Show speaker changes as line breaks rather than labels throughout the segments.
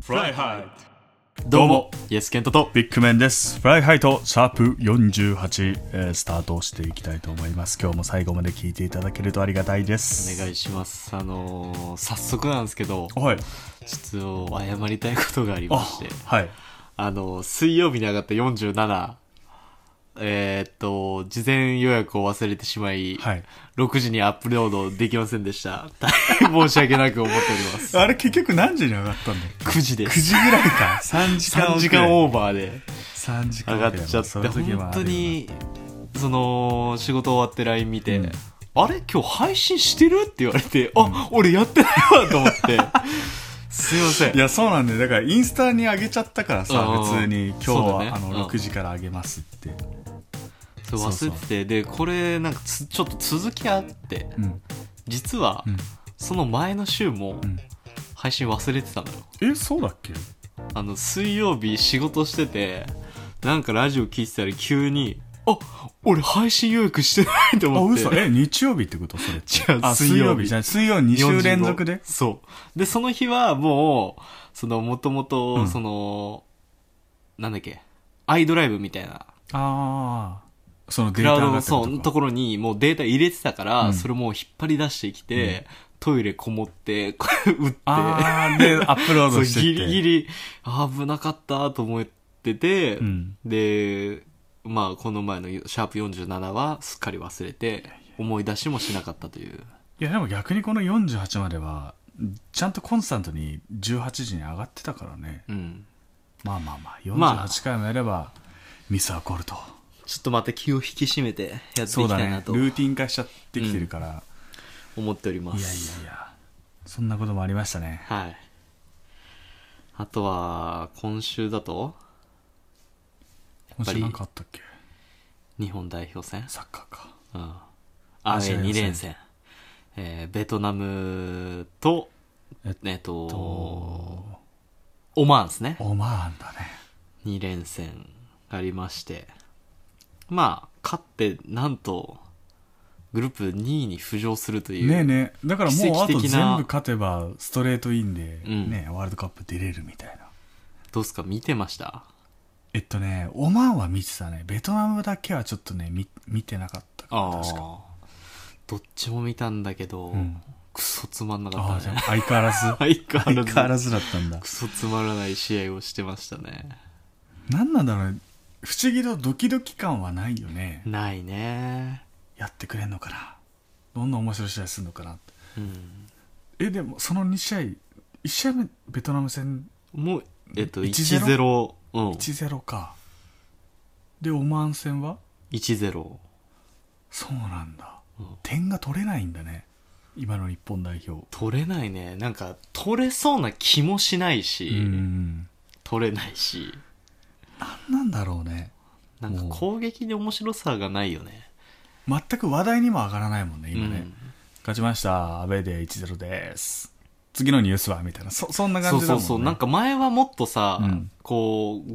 フライハイ
どうも、イエスケントと、
ビッグメンです。フライハイとシャープ48、えースタートしていきたいと思います。今日も最後まで聞いていただけるとありがたいです。
お願いします。あのー早速なんですけど、
はい。
ちょっと謝りたいことがありま
あ
して、、
はい。
あのー水曜日に上がった47、えーっと、事前予約を忘れてしまい、
はい。
6時にアップロードできませんでした。大変申し訳なく思っており ます。
あれ結局何時に上がったんだっけ
9時で
?9
す。
時ぐらい か。3時間
3時間オーバーで
3時間
上がっちゃって、本当。に、その、仕事終わって LINE 見て、
うん
あれ今日配信してるって言われて、あ、俺やってないわと 思って。すいません。
いや、そうなんだよ。だから、インスタに上げちゃったからさ、
うん
普通に、今日
そう
は、
だね
あの、
うん
6時から上げますって。
そう忘れててでこれなんかつちょっと続きあって
うん。
実は、
うん。
その前の週も
うん
配信忘れてたのよ
え、そうだっけ
あの水曜日仕事しててなんかラジオ聞いてたら急に「あ俺配信予約してない」と
あ、
思って
嘘。え、日曜日ってことそれって。
違う
あ、水
水曜
曜
日
日じゃない。水曜2週連続で
45そう。で、その日はもう、その、もとも
う
と、
ん
その、なんだっけ、アイドライブみたいな、
ああ。そのデ
ク
ー
ラウ
タ
ド
が
の
ってこ
そ
と
う
か
ところにもうデータ入れてたから、
うん
それもう引っ張り出してきて、トイレこもって、 これ打って、
ああ、で、アップロー
そう
ドしてって。
ギリギリ、あ危なかったと思ってて、
うん。
で、まあ、この前のシャープ47はすっかり忘れて、思い出しもしなかったという。
いや、でも逆にこの48までは、ちゃんとコンスタントに18時に上がってたからね。
うん。
まあまあまあ、
まあ
48回もやれば、ミスは起こると。
ちょっとまた気を引き締めてやってい
そう
き
だ
たい
ね
な。と
ルーティン化しちゃってきてるから。
思っておりま
いや
す。
いやいや、そんなこともありましたね。
はい。あとは、今週だと、
今週なんかあったっけ
日本代表戦
サッカーか。
うん。ア
ア
ウェ
ジア
ー
予選
2連戦。えー、ベトナムと、
え
え
っ
っ
と
と、
お
オマーンですね。
オマーンだね。
2連戦ありまして。まあ、勝って、なんと、グループ2位に浮上するという。
ねえねえだからもうあ
奇
と
跡的な
全部勝てばストレートインで、
うん
ねワールドカップ出れるみたいな
どうすか見てました
えっとねオマーンは見てたねベトナムだけはちょっとね見見てなかったかな
あ
確か
あ。どっちも見たんだけど、
うん
クソつまんな
あ
か
あ
っ
じ
た
ゃ
ね
あ。相変わらず
相変わ
相
らず
変わらずだったんだ
クソつまらない試合をしてましたね。
何なんだろうね不思議とドキドキ感はないよね
ないね。
やってくれんのかなどんな面白い試合するのかなって
うん。
えでもその2試合1試合目ベトナム戦
もう、えっと、
1-0
1-0。うん。
1-0かでオマーン戦は
1-0。
そうなんだ、
うん
点が取れないんだね今の日本代表
取れないね。なんか、取れそうな気もしないし、
うん
取れないし。
なんだろうね
なんか
もう
攻撃に面白さがないよね。
全く話題にも上がらないもんね今ね、
うん
勝ちましたアウェーで1-0です次のニュースはみたいなそそんな
そ
感
う
じだ
そ
もん
う
ね
そう。なんか前はもっとさ、
うん
こう、5、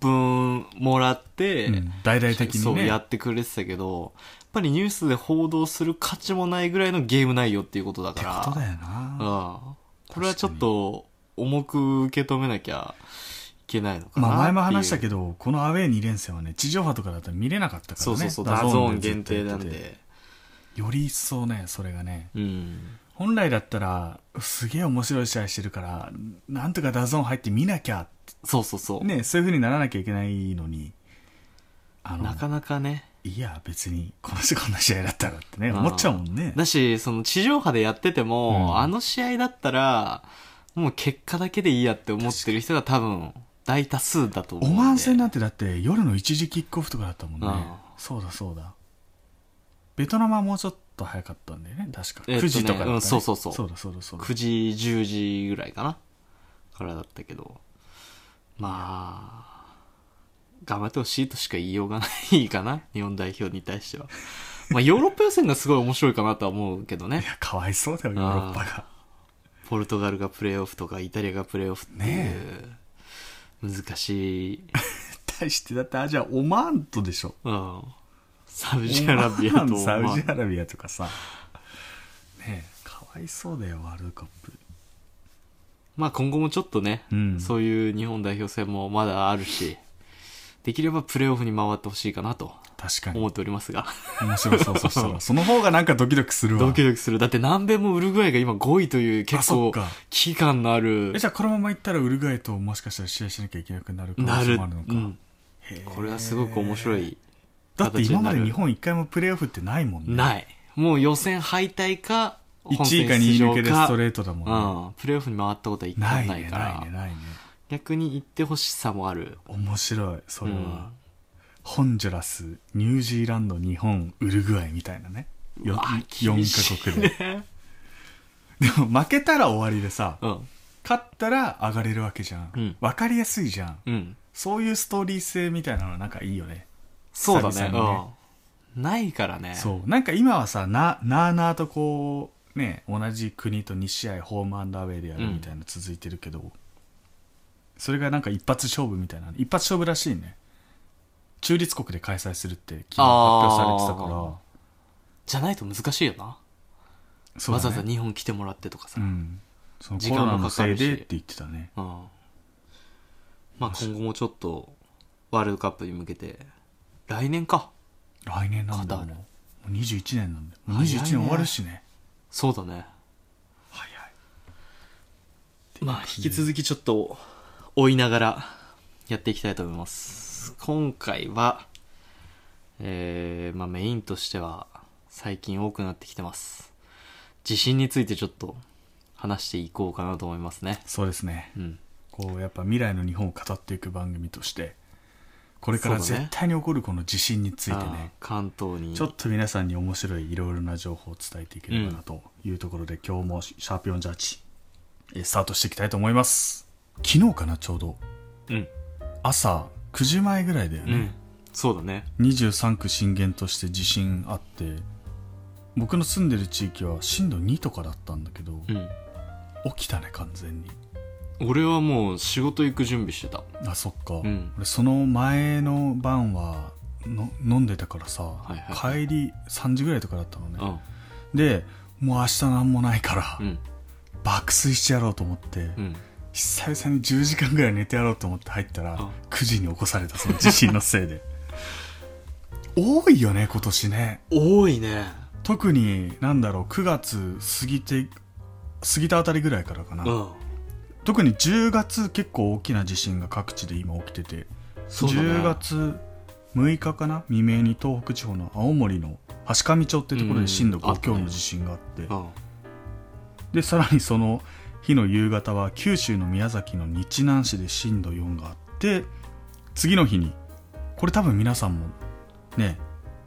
6分もらって、
うん大々的
そ
に
うや
ね
ってくれてたけどやっぱりニュースで報道する価値もないぐらいのゲーム内容っていうことだ
って
から
ことだよ
う、
なん
これはちょっと重く受け止めなきゃいけないのかな
まあ前も話した
ど
けどこのアウェー2連戦はね地上波とかだったら見れなかったからね
そうそうそう
ダ
ダ
ゾ
ゾ
ー
ー
ン
ン
で
限
ずっとやっ
定
てて
なんで
より一層ねそれがね
うん
本来だったらすげえ面白い試合してるからなんとかダゾーン入って見なきゃって
そうそうそう、
ね、そういう風にならなきゃいけないのに、あの、
なかなかね
いや、別に、この試こんな試合だったらってね、
うん
思っちゃうもんね。
だしその地上波でやってても、
うん
あの試合だったらもう結果だけでいいやって思ってる人が多分大多数だと思
オ
うんで
マーン戦なんてだって夜の一時キックオフとかだったもんね。
うん
そうだそうだ。ベトナムはもうちょっと早かったんだよね、確か。
えっと
9
ね
時とかだった、ね
うんそうそうそう
そうだそうだそうだ。
9時10時ぐらいかなからだったけどまあ頑張ってほしいとしか言いようがないかな 日本代表に対してはまあヨーロッパ予選がすごい面白いかなとは思うけどね
いや、かわいそうだよ、ヨーロッパが。
ポルトガルがプレーオフとかイタリアがプレーオフっていう、
ね
難しい、
対して、だってアジア、オマーンとでしょ。
うん、サウジアラビア
オマー
と
ンサウジ
ま
アラビアとかさ。ねえ、かわいそうだよ、ワールドカップ。
あまあ今後もちょっとね、
うん
そういう日本代表戦もまだあるし、できればプレーオフに回ってほしいかなと
確かに。
思っておりますが、
面白そう、そしたら。その方がなんかドキドキするわ。
ドキドキする。だって南米もウルグアイが今5位という
あ
結
そっ
構
か
危機感のある
え、じゃあこのままいったらウルグアイともしかしたら試合しなきゃいけなくなる可
な
能性
る、
もあるのか。
うんこれはすごく面白い。
だって今まで日
形に
本一回もプレーオフってないもんね。
ない。もう予選敗退か、本
1
戦
位か2位抜けでスト
出場
レートだもんね。
かうん、プレーオフに回ったことは一
ない
回もない
ね、
から、
ないね、ないね。
逆に行ってほしさもある。
面白い、それは。
うん
ホンジュラス、ニュージーランド、日本、ウルグアイみたいなね。よ
うわ
4
厳しい
カ国で。でも負けたら終わりでさ、
うん、
勝ったら上がれるわけじゃん。
うん
わかりやすいじゃん。
うん。
そういうストーリー性みたいなのはなんかいいよね。
そうだ
久
ね。
々にね
うん。ないからね。
そう。なんか今はさ、な、なあなあとこう、ね、同じ国と2試合ホームアンドアウェイでやるみたいなの続いてるけど、それがなんか一発勝負みたいな、一発勝負らしいね。中立国で開催するって昨日発表されてた
あ
から
じゃないと難しいよな。、
そう
わざ
だ
わざ
ね。
日本来てもらってとかさ。
う
うん。
ん。その
時
コ
間
ロナ
も
の
かか
せい
るし
でって言ってたね。
まあ今後もちょっと、ワールドカップに向けて、来年か。
来年なんだもう。
カタール
もう21年なんだよ。もう
早いね
21年終わるしね。
そうだね。
早い。
まあ引き続きちょっと、追いながら、やっていきたいと思います。今回は、えー、まあメインとしては、最近多くなってきてます。地震についてちょっと、話していこうかなと思いますね。
そうですね。
うん。
こうやっぱ未来の日本を語っていく番組としてこれから
そうだね
絶対に起こるこの地震についてね
あー関東に。
ちょっと皆さんに面白いいろいろな情報を伝えていければなというところで、今日もシャープ48えースタートしていきたいと思います昨日かなちょうど
うん。
朝9時前ぐらいだよ
う
ね
ん、。そうだね。
23区震源として地震あって僕の住んでる地域は震度2とかだったんだけど、
うん。
起きたね完全に
俺はもう仕事行く準備してた。
あそっか、
ん
俺その前の晩はの飲んでたからさ、
いは
帰り3時ぐらいとかだったのね、
うん。
でもう明日なんもないから、
うん。
爆睡してやろうと思って、
うん。
久々に10時間ぐらい寝てやろうと思って入ったら、
うん
9時に起こされたその地震のせいで多いよね今年ね
多いね。
特になんだろう9月過ぎて過ぎたあたりぐらいからかな、
うん。
特に10月結構大きな地震が各地で今起きてて
そうだね
10月6日かな未明に東北地方の青森の橋上町ってところで震度
うんあっ
5
たね
強の地震があって、
うん。
でさらにその日の夕方は九州の宮崎の日南市で震度4があって次の日にこれ多分皆さんもね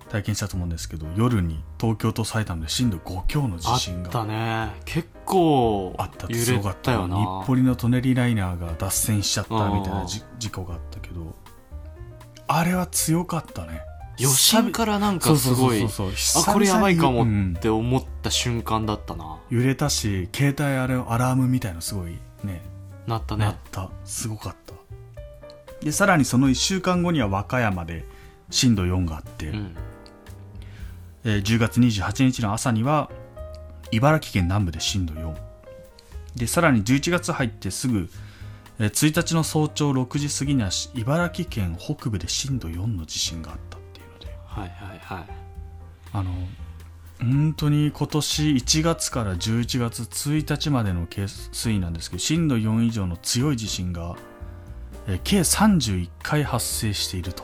体験したと思うんですけど夜に東京と埼玉で震度5強の地
あ
震
っ
が
たね。結構、
あったってす
揺
ごか
れ
った
たよ
よ
な。
日暮里の舎人ライナーが脱線しちゃったみたいなじ
う
事故があったけどあれは強かったね
余震からなんかすごい、
そうそうそうそう
あ、これやばいか
久々に
もって思った瞬間だったな。
うん揺れたし携帯あれアラームみたいなすごいね
なった
な
ね
っ。たすごかったでさらにその1週間後には和歌山で震度4があって、
うん。
えー10月28日の朝には茨城県南部で震度4でさらに11月入ってすぐ、えー1日の早朝6時過ぎにはし茨城県北部で震度4の地震があったっていうので
はいはいはい。
あの本当に今年1月から11月1日までのケース推移なんですけど震度4以上の強い地震が、えー計31回発生していると。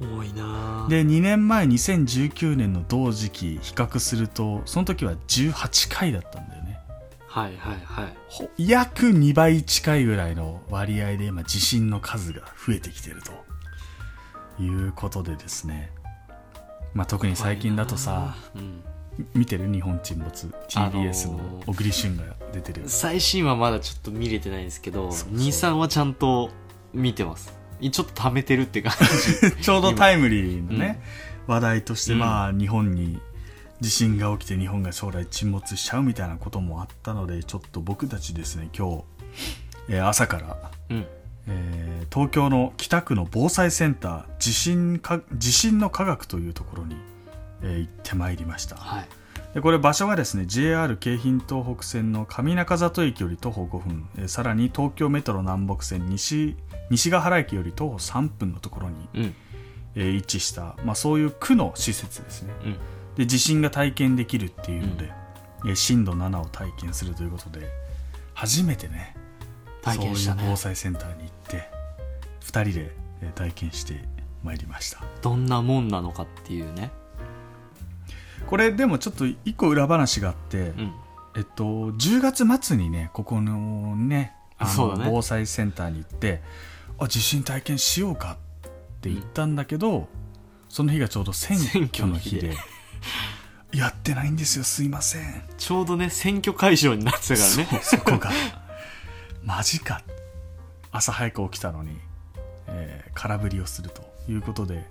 多いな
で2年前2019年の同時期比較するとその時は18回だったんだよね
はいはいはい。
ほ約2倍近いぐらいの割合で今地震の数が増えてきてるということでですねまあ特に最近だとさ
怖いな、うん。
見てる日本沈没 TBS
あ
の
のー
小栗旬が出てるよね
最新はまだちょっと見れてないんですけど
そうそう
23はちゃんと見てますちょっと貯めてるって感 じ
ちょうどタイムリーなね、話題として、まあ、日本に地震が起きて日本が将来沈没しちゃうみたいなこともあったので、ちょっと僕たちですね、今日、えー朝から、
うん
えー東京の北区の防災センター、地震か、地震の科学というところに、えー行ってまいりました。
はい
でこれ場所がですね JR 京浜東北線の上中里駅より徒歩5分えーさらに東京メトロ南北線西西ヶ原駅より徒歩3分のところに、
うん
えー位置した、まあ、そういう区の施設ですね
うん
で地震が体験できるっていうので、えー震度7を体験するということで初めてね
体験した
そういう
ね
防災センターに行って2人でえー体験してまいりました
どんなもんなのかっていうね
これでもちょっと1個裏話があって、
うん
えっと、10月末にねここのねあ
そう
の
だね
防災センターに行ってあ地震体験しようかって言ったんだけど、その日がちょうど選挙の日で
選挙の
やってないんですよすいません
ちょうどね選挙会場になってたからね
そうそこが マジか朝早く起きたのに、えー空振りをするということで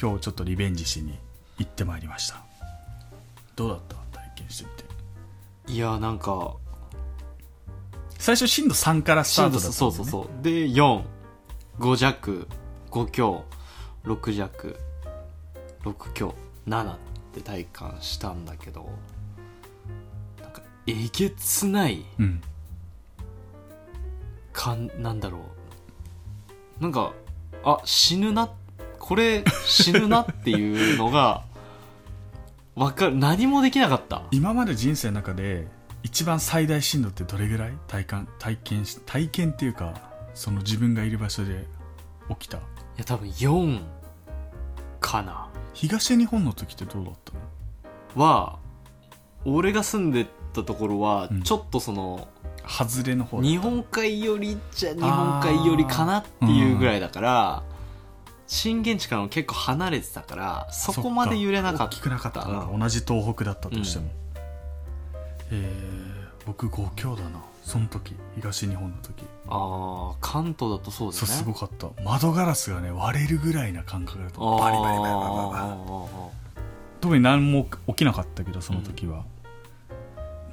今日ちょっとリベンジしに行ってまいりましたどうだった体験してみて
いやなんか
最初震度3からスター
震度
トだったんだよね
そうそうそうで45弱5強6弱6強7って体感したんだけどなんかえげつない
うん
かんなんだろうなんかあ死ぬなこれ死ぬなっていうのがわかる何もできなかった
今まで人生の中で一番最大震度ってどれぐらい体感体験し体験っていうかその自分がいる場所で起きた
いや多分4かな
東日本の時ってどうだったの
は俺が住んでたところは
うん
ちょっとその、
外れの方だ
日本海寄りじゃ日本海寄りかなっていうぐらいだから震源地からも結構離れてたからそこまで揺れなか
大
っ
きくなかった
たな
な同じ東北だったとしても、えー僕5強だなその時東日本の時
あー関東だとそうです
そう
ね
すごかった窓ガラスがね割れるぐらいな感覚だった
あー
バリバリバリバリバリバリ特に何も起きなかったけどその時は、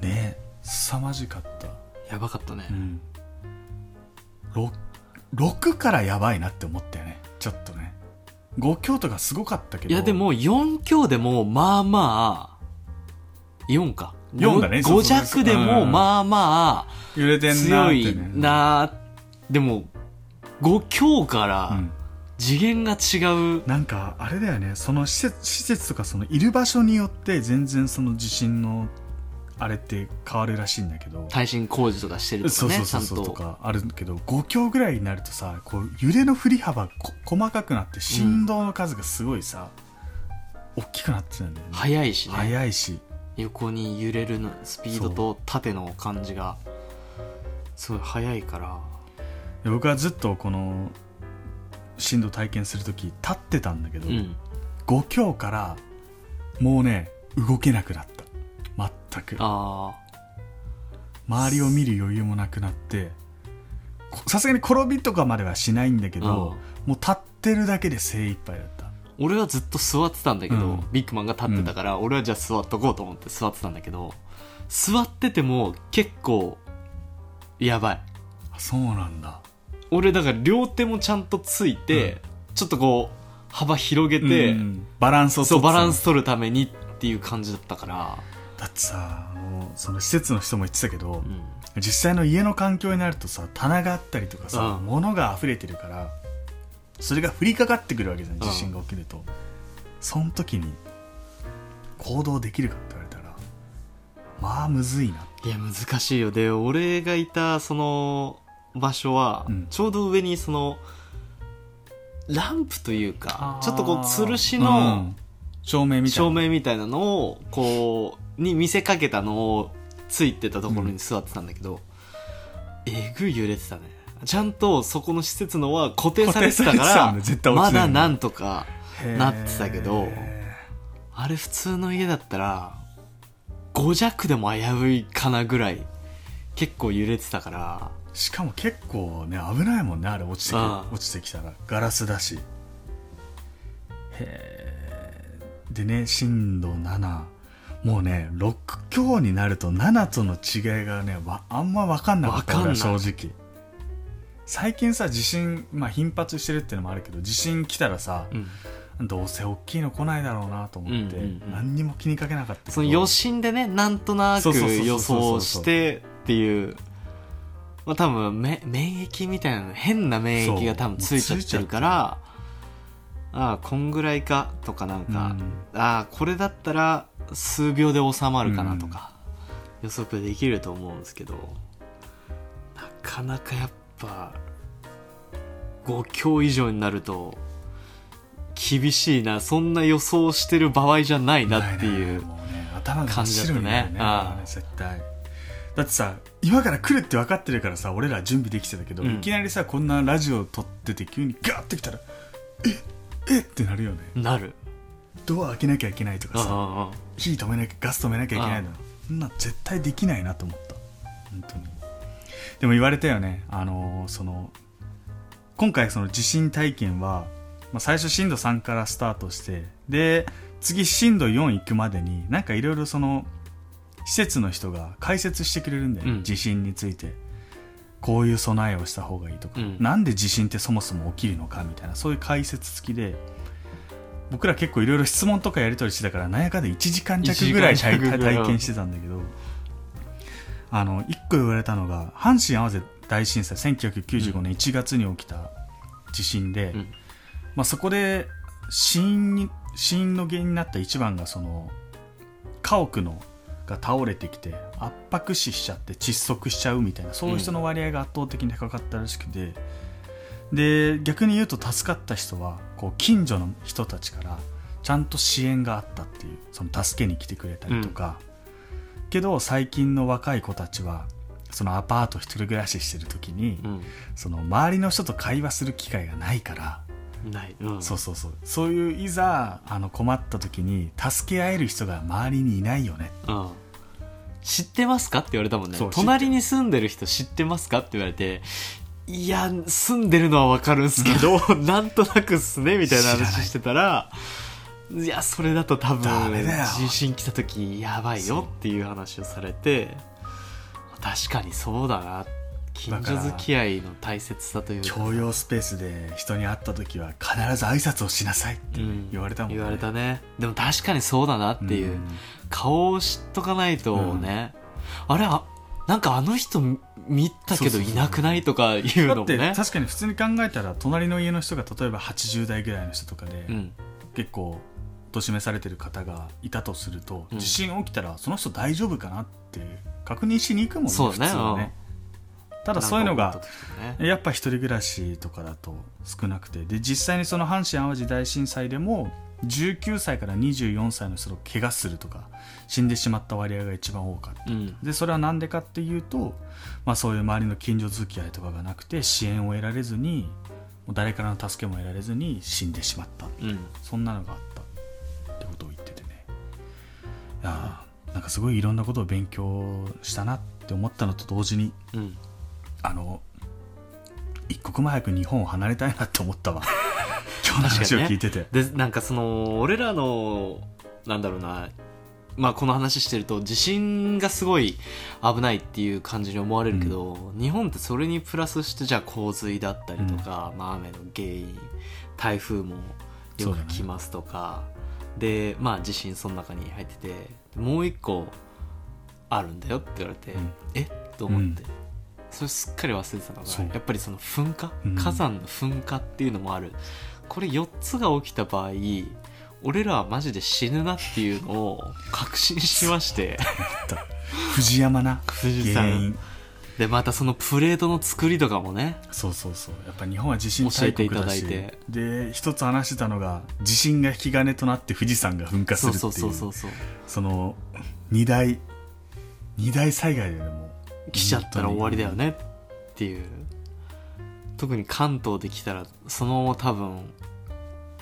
ねえ凄まじかった、
やばかったね、
うん、6, からやばいなって思ったよねちょっとね5強とかすごかったけど
いやでも4強でもまあまあ4か
4だねそうそ
5
うそう
弱でも
うん
まあま
揺れ
あ
てんな
強
ーって、
い
ね、
なーでも5強か
う
ら
ん
次元が違う
なんかあれだよねその施設施設とかそのいる場所によって全然その地震のあれって変わるらしいんだけど、
耐震工事とかしてると
そう
か
そ
ね
う
ち
そ
ゃ
うんそうと
と
かあるけど5強ぐらいになるとさこう揺れの振り幅こ細かくなって振動の数がすごいさ、大きくなってたんだよね
速いしね
速いし
横に揺れるのスピードと縦の感じがすごい速いから
で僕はずっとこの震度体験する時立ってたんだけど、
うん
5強からもうね動けなくなった全く
あ
周りを見る余裕もなくなってこさすがに転びとかまではしないんだけ
あ
ど、もう立ってるだけで精一杯だった
俺はずっと座ってたんだけど、
うん
ビッグマンが立ってたから、俺はじゃあ座っとこうと思って座ってたんだけど座ってても結構やばい
あそうなんだ
俺だから両手もちゃんとついて、
うん
ちょっとこう幅広げて、
うんバランスを取って
そう
た
バ
の
ランス取るためにっていう感じだったから、
だってさあのその施設の人も言ってたけど
う、ん
実際の家の環境になるとさ棚があったりとかさ、
うん
物が溢れてるからそれが降りかかってくるわけじゃん
うん
地震が起きると、その時に行動できるかって言われたらまあむずいない
や難しいよで俺がいたその場所は、
うん
ちょうど上にそのランプというかちょっとこう吊るし
う
の
ん照明みたいな
照明みたいなのをこうに見せかけたのをついてたところに座ってたんだけど、えぐい揺れてたねちゃんとそこの施設のは固定されてた
固定されてた
か
んだ絶対
ら
落
ま
ちない
だなんとか
へー
なってたけどあれ普通の家だったら5弱でも危ういかなぐらい結構揺れてたから
しかも結構ね危ないもんねあれ落ちてき
ああ
落ちてきたらガラスだしへーでね震度7もうね6強になると7との違いがねわあんま分かんなかった
わかんない
俺は正直最近さ地震、まあ、頻発してるってのもあるけど地震来たらさ、
うん
どうせ大きいの来ないだろうなと思って、
うんうんうん
何にも気にかけなかったけど
その余震でねなんとなく
そうそうそうそう
予想してっていうまあ多分め免疫みたいなの変な免疫が多分ついちゃってるからああこんぐらいかとかなんか、ああこれだったら数秒で収まるかなとか、予測できると思うんですけどなかなかやっぱ5強以上になると厳しいなそんな予想してる場合じゃない
だ
なっていう
もうね頭が真っ白になるね
感じだったね
もうね絶対だってさ今から来るって分かってるからさ俺ら準備できてたけど、
うん
いきなりさこんなラジオ撮ってて急にガーって来たらええってなるよね
なる
ドア開けなきゃいけないとかさ
あ
火止めなきゃガス止めなきゃいけないのそんな絶対できないなと思った本当にでも言われたよねあのーその今回その地震体験は、まあ、最初震度3からスタートしてで次震度4行くまでになんかいろいろその施設の人が解説してくれるんだよ、ね
うん
地震についてこういう備えをした方がいいとか、
うん
なんで地震ってそもそも起きるのかみたいなそういう解説付きで僕ら結構いろいろ質問とかやり取りしてたからなんやかんで1時間弱ぐらい体
1時間弱ぐらい
体験してたんだけどあの1個言われたのが阪神・淡路大震災1995年1月に起きた地震で、
うん
まあ、そこで死因に死因の原因になった一番がその家屋のが倒れてきて圧迫死しちゃって窒息しちゃうみたいなそういう人の割合が圧倒的に高かったらしくて、で逆に言うと助かった人はこう近所の人たちからちゃんと支援があったっていうその助けに来てくれたりとか、けど最近の若い子たちはそのアパート一人暮らししてる時に、
う
その周りの人と会話する機会がないから、
んない、うん、
そうそうそうそういういざあの困った時に助け合える人が周りにいないよね
うん知ってますかって言われたもんね
そう
隣に住んでる人知ってますかって言われていや住んでるのはわかるんすけど なんとなくっすねみたいな
知らな
話
い
して たらいやそれだと多分
ダメだよ
地震来た時やばい
そう
よっていう話をされて確かにそうだな近
だか
所
ら
付き合いの大切さというか
共用スペースで人に会った時は必ず挨拶をしなさいって
うん
言われたもんね、
言われたねでも確かにそうだなっていう、
ん
顔を知っとかないとね、あれあなんかあの人み見たけ
そ
ど
うそうそう
いなくないとかいう
だ
のも
って
ね
確かに普通に考えたら隣の家の人が例えば80代ぐらいの人とかで、
うん、
結構お年めされてる方がいたとすると、
うん
地震起きたらその人大丈夫かなって確認しに行くもんね
そうだね
普通はねただそういうの
なん
が
か思った時とかね
やっぱ一人暮らしとかだと少なくてで実際にその阪神・淡路大震災でも19歳から24歳の人が怪我するとか死んでしまった割合が一番多かった
うん
でそれは何でかっていうと、まあ、そういう周りの近所付き合いとかがなくて支援を得られずにもう誰からの助けも得られずに死んでしまった
うん
そんなのがあったってことを言っててねいやーなんかすごいいろんなことを勉強したなって思ったのと同時に
うん
あの一刻も早く日本を離れたいなって思ったわ今日の話を聞いてて、
でなんかその俺らのなんだろうなまあこの話してると地震がすごい危ないっていう感じに思われるけど、日本ってそれにプラスしてじゃあ洪水だったりとか、まあ、雨の原因台風もよく来ますとか、でまあ地震その中に入っててもう一個あるんだよって言われて、
うん
えっと思って、
う
それすっかり忘れてたの
そう
がやっぱりその噴火
うん
火山の噴火っていうのもある、これ4つが起きた場合俺らはマジで死ぬなっていうのを確信しまして
藤山な
富士
原
山
因
でまたそのプレートの作りとかもね
そうそうそうやっぱ日本は地震大国だし
教えていただいて
で一つ話してたのが地震が引き金となって富士山が噴火す
そ
る
う
ってい
そううそうそうそう
その二大二大災害だよねもう
来ちゃったら終わりだよねっていう特に関東で来たらそのまま多分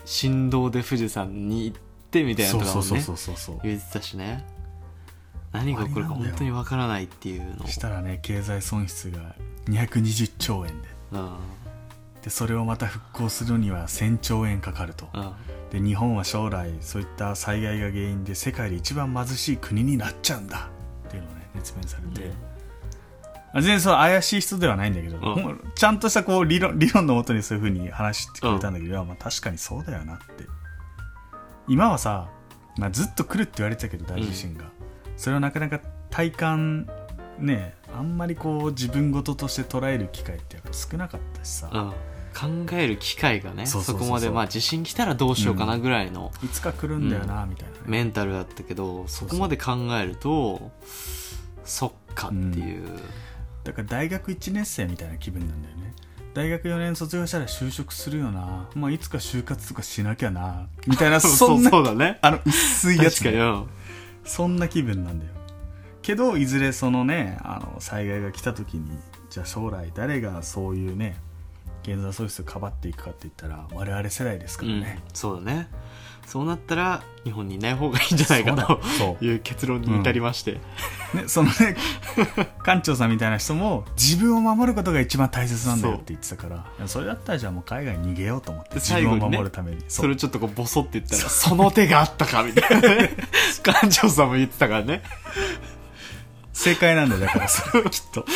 振動で富士山に行ってみたいな
そ
と
う
か
そ
も
うそう
ね
そうそうそう
言ってたしね何が起こるか本当にわからないっていうのを
したらね経済損失が220兆円ででそれをまた復興するには1000兆円かかると
うんうん
で日本は将来そういった災害が原因で世界で一番貧しい国になっちゃうんだっていうのをね熱弁されて、
うん
あ全然その怪しい人ではないんだけど、
うん
もうちゃんとしたこう理論理論のもとにそういうふうに話してくれたんだけど、いやまあ、確かにそうだよなって今はさ、まあ、ずっと来るって言われてたけど大地震が、それをなかなか体感ねあんまりこう自分事として捉える機会ってやっぱ少なかったしさ、
うん、考える機会がね
そうそうそうそう
そこまでまあ地震来たらどうしようかなぐらいの
いつか来るんだよな、みたいなね、
メンタルだったけど、そこまで考えるとそっかっていう、
だから大学1年生みたいな気分なんだよね大学4年卒業したら就職するよな、まあ、いつか就活とかしなきゃなみたいなそんな
そうだね
あの薄いやつ
確かにうん
そんな気分なんだよけどいずれそのねあの災害が来た時にじゃあ将来誰がそういうね現在喪失をかばっていくかって言ったら我々世代ですから
うん
ね、
そうだねそうなったら日本にいない方がいいんじゃないかと
そう
いう結論に至りまして、
ね、 そのね館長さんみたいな人も自分を守ることが一番大切なんだよって言ってたからそれだったらじゃあもう海外に逃げようと思って自
最後
分
に
を
ね
守るために
そうれちょっとこうボソって言ったらその手があったかみたいなね館長さんも言ってたからね
正解なんだよだからそれは きっと。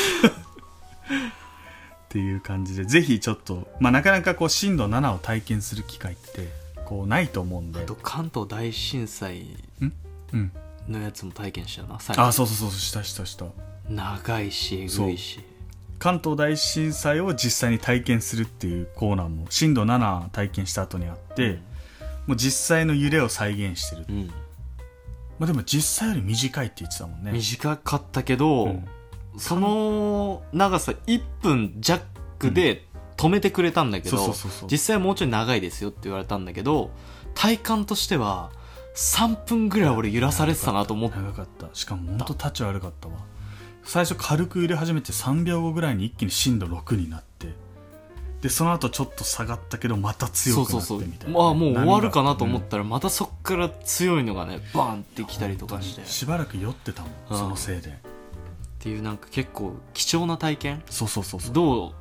っていう感じでぜひちょっと、まあ、なかなかこう震度7を体験する機会ってこうないと思うんで
あと関東大震災
うん、
のやつも体験したよな最近
あそうそうそうそうしたしたした
長いしえぐいし
関東大震災を実際に体験するっていうコーナーも震度7体験した後にあってもう実際の揺れを再現してる、
うん、
まあ、でも実際より短いって言ってたもんね
短かったけど、
うん
その長さ1分弱で止めてくれたんだけど、
そうそうそうそう
実際もうちょい長いですよって言われたんだけど体感としては3分ぐらい俺揺らされてたなと思って
長かったしかも本当タッチ悪かったわ最初軽く揺れ始めて3秒後ぐらいに一気に震度6になってでその後ちょっと下がったけどまた
そ
強
う
く
そ
な
う
って
そう
みたいな、
まあもう終わるかなと思
っ
ったらまたそっから強いのがねバーンってきたりとかしてっ
しばらく酔ってたもん
うん
そのせいで
ていうなんか結構貴重な体験
そうそうそうそう
どう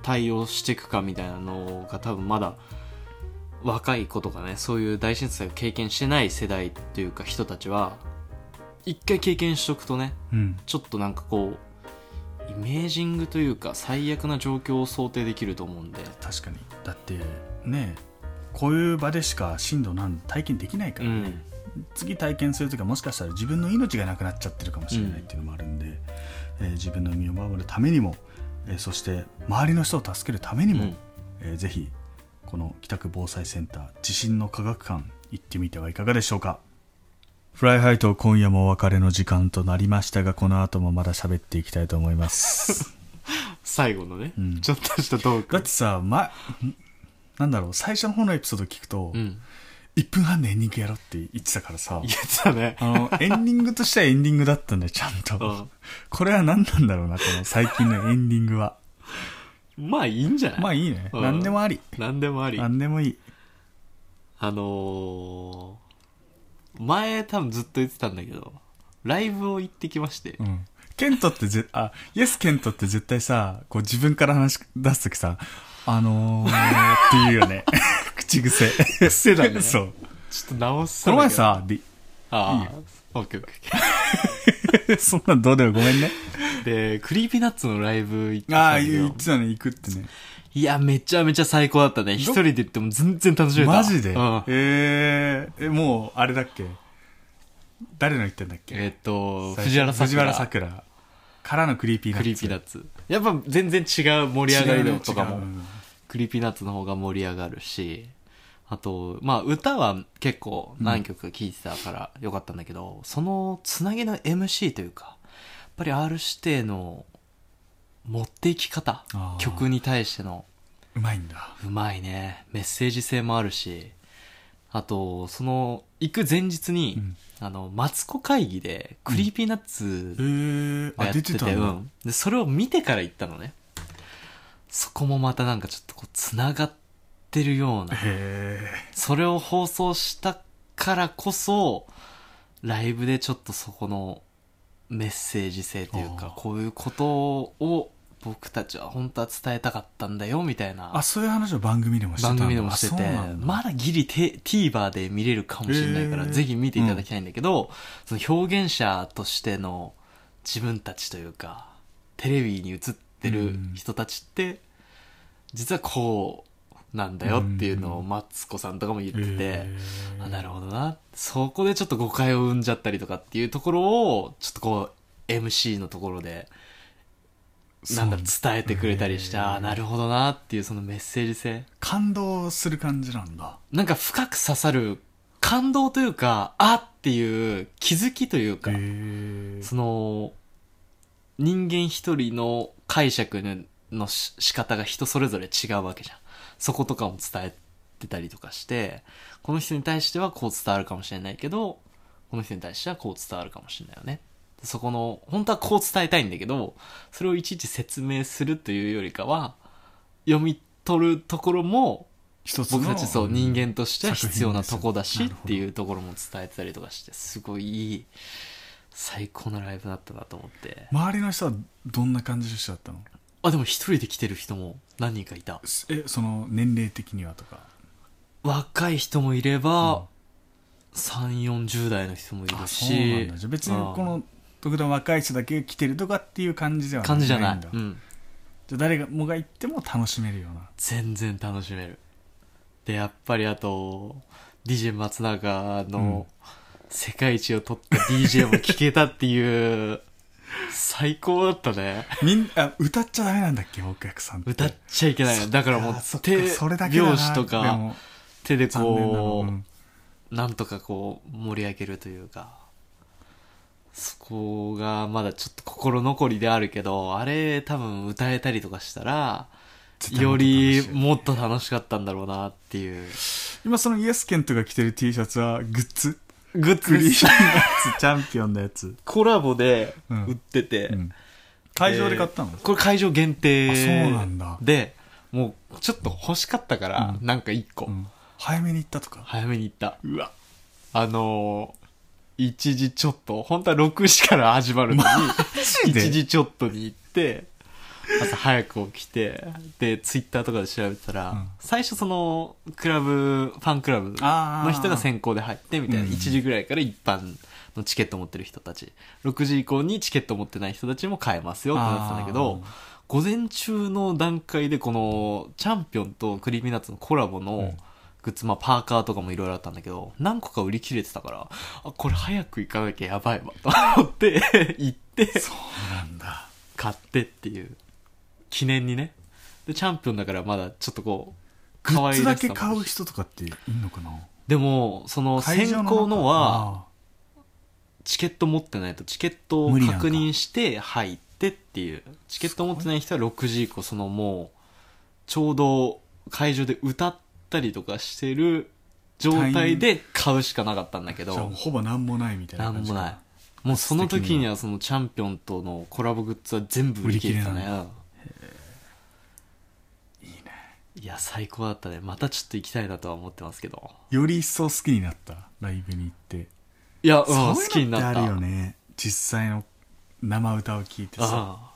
対応していくかみたいなのが多分まだ若い子とかねそういう大震災を経験してない世代っていうか人たちは一回経験しとくとね
うん
ちょっとなんかこうイメージングというか最悪な状況を想定できると思うんで
確かにだってねこういう場でしか震度なん体験できないか
う
ら、
ん
次体験する時はもしかしたら自分の命がなくなっちゃってるかもしれないっていうのもあるんで、えー自分の身を守るためにも、えーそして周りの人を助けるためにも、
うん
えーぜひこの北区防災センター地震の科学館行ってみてはいかがでしょうかフライハイと今夜もお別れの時間となりましたがこの後もまだ喋っていきたいと思います
最後のね、
うん
ちょっとしたトー
だ
ク
ってさ、ま、なんだろう最初の方のエピソード聞くと、
うん
1分半でエンディングやろうって言ってたからさ
言ってたね
あの、エンディングとしてはエンディングだったんだよ、ちゃんと。
うん
これは何なんだろうな、この最近のエンディング は。
まあいいんじゃない
まあいいね。
うん
何でもあり。
何でもあり
何でもいい。
あのー、前多分ずっと言ってたんだけど、ライブを行ってきまして
う、ん。ケントってぜ、あ、イエスケントって絶対さ、こう自分から話し出すときさ、あのー、って言うよね。 口癖。癖
だね
そう。
ちょっと直す
この前、さ、で、
あ
い
あ、オッケーオッケ
そんなんどうでもごめんね。
ー。で、クリーピーナッツのライブ行ってき
あ
た
あ、
んだけ
言っ
ど、
てたね、行くってね。
いや、めちゃめちゃ最高だったね。一人で行っても全然楽しめた。
マジで、
うん。
えー、え、もう、あれだっけ誰の言ってんだっけ
えっと、
最初
藤原さく
藤
ら。
原さくらからのクリーピーナッ
ク
ツ
リーピーナッツ。やっぱ全然違う盛り上がり度とか
違う
も
ね違う、うん
クリーピーナッツの方が盛り上がるし、あと、まあ歌は結構何曲か聴いてたからよかったんだけど、そのつなぎの MC というか、やっぱり R 指定の持っていき方
あ、ー
曲に対しての
うまいんだ
うまいね。メッセージ性もあるし、あと、その、行く前日に、
うん
あの、マツコ会議で、クリーピーナッツ
へえ
や
あ
っ
出
てて
てたんだ
うん、でそれを見てから行ったのねそこもまたなんかちょっとこうつながってるような
へ
それを放送したからこそライブでちょっとそこのメッセージ性という
あ
か
ー
こういうことを僕たちは本当は伝えたかったんだよみたい
あ
な
そういう話を番組でもしてた
番組でもしてて
ま
まだギリテ TVer で見れるかもしれないから
へー
ぜひ見ていただきたいんだけど、その表現者としての自分たちというかテレビに映ってる人たちって、実はこうなんだよっていうのをマツコさんとかも言ってて、
えー
あなるほどなそこでちょっと誤解を生んじゃったりとかっていうところをちょっとこう MC のところでなんだろう
そう
伝えてくれたりして、
へー
ああなるほどなっていうそのメッセージ性
感動する感じなんだ
なんか深く刺さる感動というかあっていう気づきというか、
え
その人間一人の解釈のし仕方が人それぞれ違うわけじゃんそことかも伝えてたりとかしてこの人に対してはこう伝わるかもしれないけどこの人に対してはこう伝わるかもしれないよねそこの本当はこう伝えたいんだけどそれをいちいち説明するというよりかは読み取るところも
一つの
僕たちそう人間としては必要なとこだし
作品で
っ
すよ
ていうところも伝えてたりとかしてすごいいい最高のライブだったなと思って
周りの人はどんな感じの人だったの
あでも一人で来てる人も何人かいた
すえその年齢的にはとか
若い人もいれ
うん
ば、3 4 0代の人もい
そ
る
うなん
し
だじゃあ別に
うん
この特段若い人だけが来てるとかっていう感じでは
感じじゃ
な
ないい
んだ
うん、
じゃあ誰がもが行っても楽しめるような
全然楽しめるでやっぱりあと DJ 松永の世界一を取った DJ も聴けたっていう最高だったね
みんあ歌っちゃダメなんだっけお客さんって
歌っちゃいけないのだからもう
あそっか
手
それだけだな
拍子と
で
か
も
手で
残念なの
こ
う
うんなんとかこう盛り上げるというかそこがまだちょっと心残りであるけどあれ多分歌えたりとかしたら
絶対も
よ
っと楽しい
りもっと楽しかったんだろうなっていう
今そのイエスケントが着てる T シャツはグッズ
グ
クリーン
ッズ
のやつチャンピオンのやつ、
コラボで
うん
売ってて、
うん会場で買ったの、
えーこれ会場限
あ
定
そうなんだ
でもうちょっと欲しかったから、
うん
なんか1個、
うん早めに行ったとか
早めに行った
うわ
あのー、1時ちょっと、本当は6時から始まる のに、
ジで
1時ちょっとに行って、朝早く起きて、で、ツイッターとかで調べたら、
うん
最初その、クラブ、ファンクラブ
あー
の人が先行で入って、みたいな、
うん
1時ぐらいから一般のチケット持ってる人たち、6時以降にチケット持ってない人たちも買えますよってなってたんだけど
あ、
午前中の段階でこのチャンピオンとクリーミーナッツのコラボ
う
の
ん
グッズ、まあパーカーとかもいろいろあったんだけど何個か売り切れてたからあこれ早く行かなきゃやばいわと思って行って
そうなんだ
買ってっていう記念にねでチャンピオンだからまだちょっとこう
グッズだけ
可
買
愛
う
いらしさもあるし
人とかっていんのかな
でもその
会
先
場
行のは
中
チケット持ってないとチケットを
無理なんか
確認して入ってっていうチケット持ってない人は6時以降そのもうちょうど会場で歌ったりとかしてる状態で買うしかなかったんだけ
あーじゃあも
ど
うほぼなんもないみたいな
なん
感じ
も
か
ないもうその時にはそのチャンピオンとのコラボグッズは全部売り切れてた
売り
ね
切れ
いや最高だったねまたちょっと行きたいなとは思ってますけど
より一層好きになったライブに行って
いや、うん、
そう
好き
いう
に
のって
な
あ
っ
る
た
よね実際の生歌を聴いてさ
ああ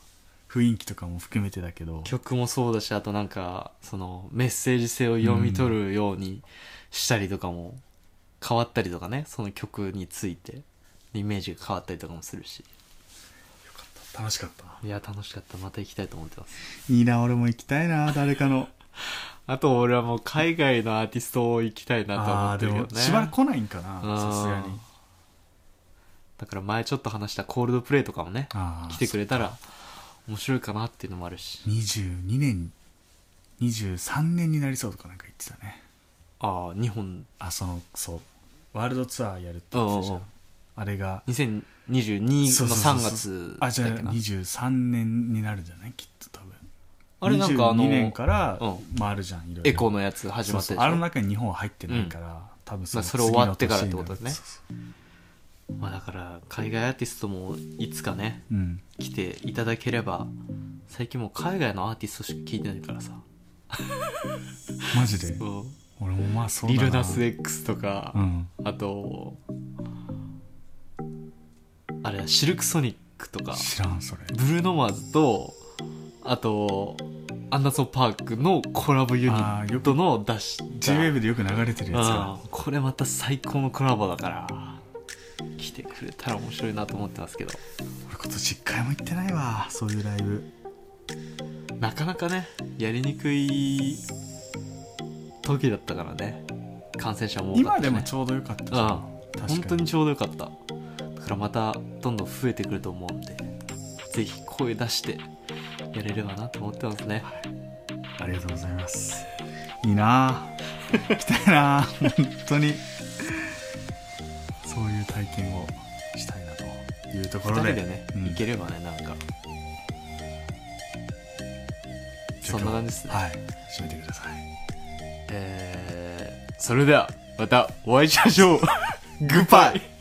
雰囲気とかも含めてだけど
曲もそうだしあとなんかそのメッセージ性を読み取るようにしたりとかも変わったりとかねその曲についてイメージが変わったりとかもするし
楽しかった
いや楽しかったまた行きたいと思ってます
いいな俺も行きたいな誰かの
あと俺はもう海外のアーティストを行きたいなと思
あ
っ
あで
てるけど
も
ね
しばらく来ないんかな
うん
さすがに
だから前ちょっと話したコールドプレイとかもね
ああ
来てくれたら面白いかなっていうのもあるし
22年23年になりそうとかなんか言ってたね
ああ日本
あそのそうワールドツアーやるって言ってたじゃ
おうお
ん
う
あれが
2022
そう
の
そうそう
3
そう
月
あじゃあ
だっけな
23年になるんじゃないきっと多分
あれなんかあの
22年から
うん
回るじゃんいろいろ
エコーのやつ始まった
そうそ
でし
う
ょ
あの中に日本は入ってないから、多分の
まあそれ終わってからってこと
次の年
ですね
になるそうそう
まあだから海外アーティストもいつかね
うん
来ていただければ最近もう海外のアーティストしか聞いてないからさ、
マジで
うん
俺もまあそうだ
リ
な
ルナス X とか
う、ん
あとあれだシルクソニックとか
知らんそれ
ブルーノマーズとあとアンダーソン・パークのコラボユニ
あー
ッ
よ
トの出した
JWAVE でよく流れてるやつが
うんこれまた最高のコラボだから来てくれたら面白いなと思ってますけど
俺今年1回も行ってないわそういうライブ
なかなかねやりにくい時だったからね感染者も多
今
かったしね
でもちょうどよかったじゃん
ああ
確かに
本当にちょうどよかっただからまたどんどん増えてくると思うんでぜひ声出してやれればなと思ってますね
ありがとうございますいいな あ行きたいなあ本当にそういう体験をしたいなというところ
2人
で
でね、
うん
いければねなんか
じゃ
そ
あ
んな感じですね、
はい締めてください
えーそれではまたお会いしましょうグッバイ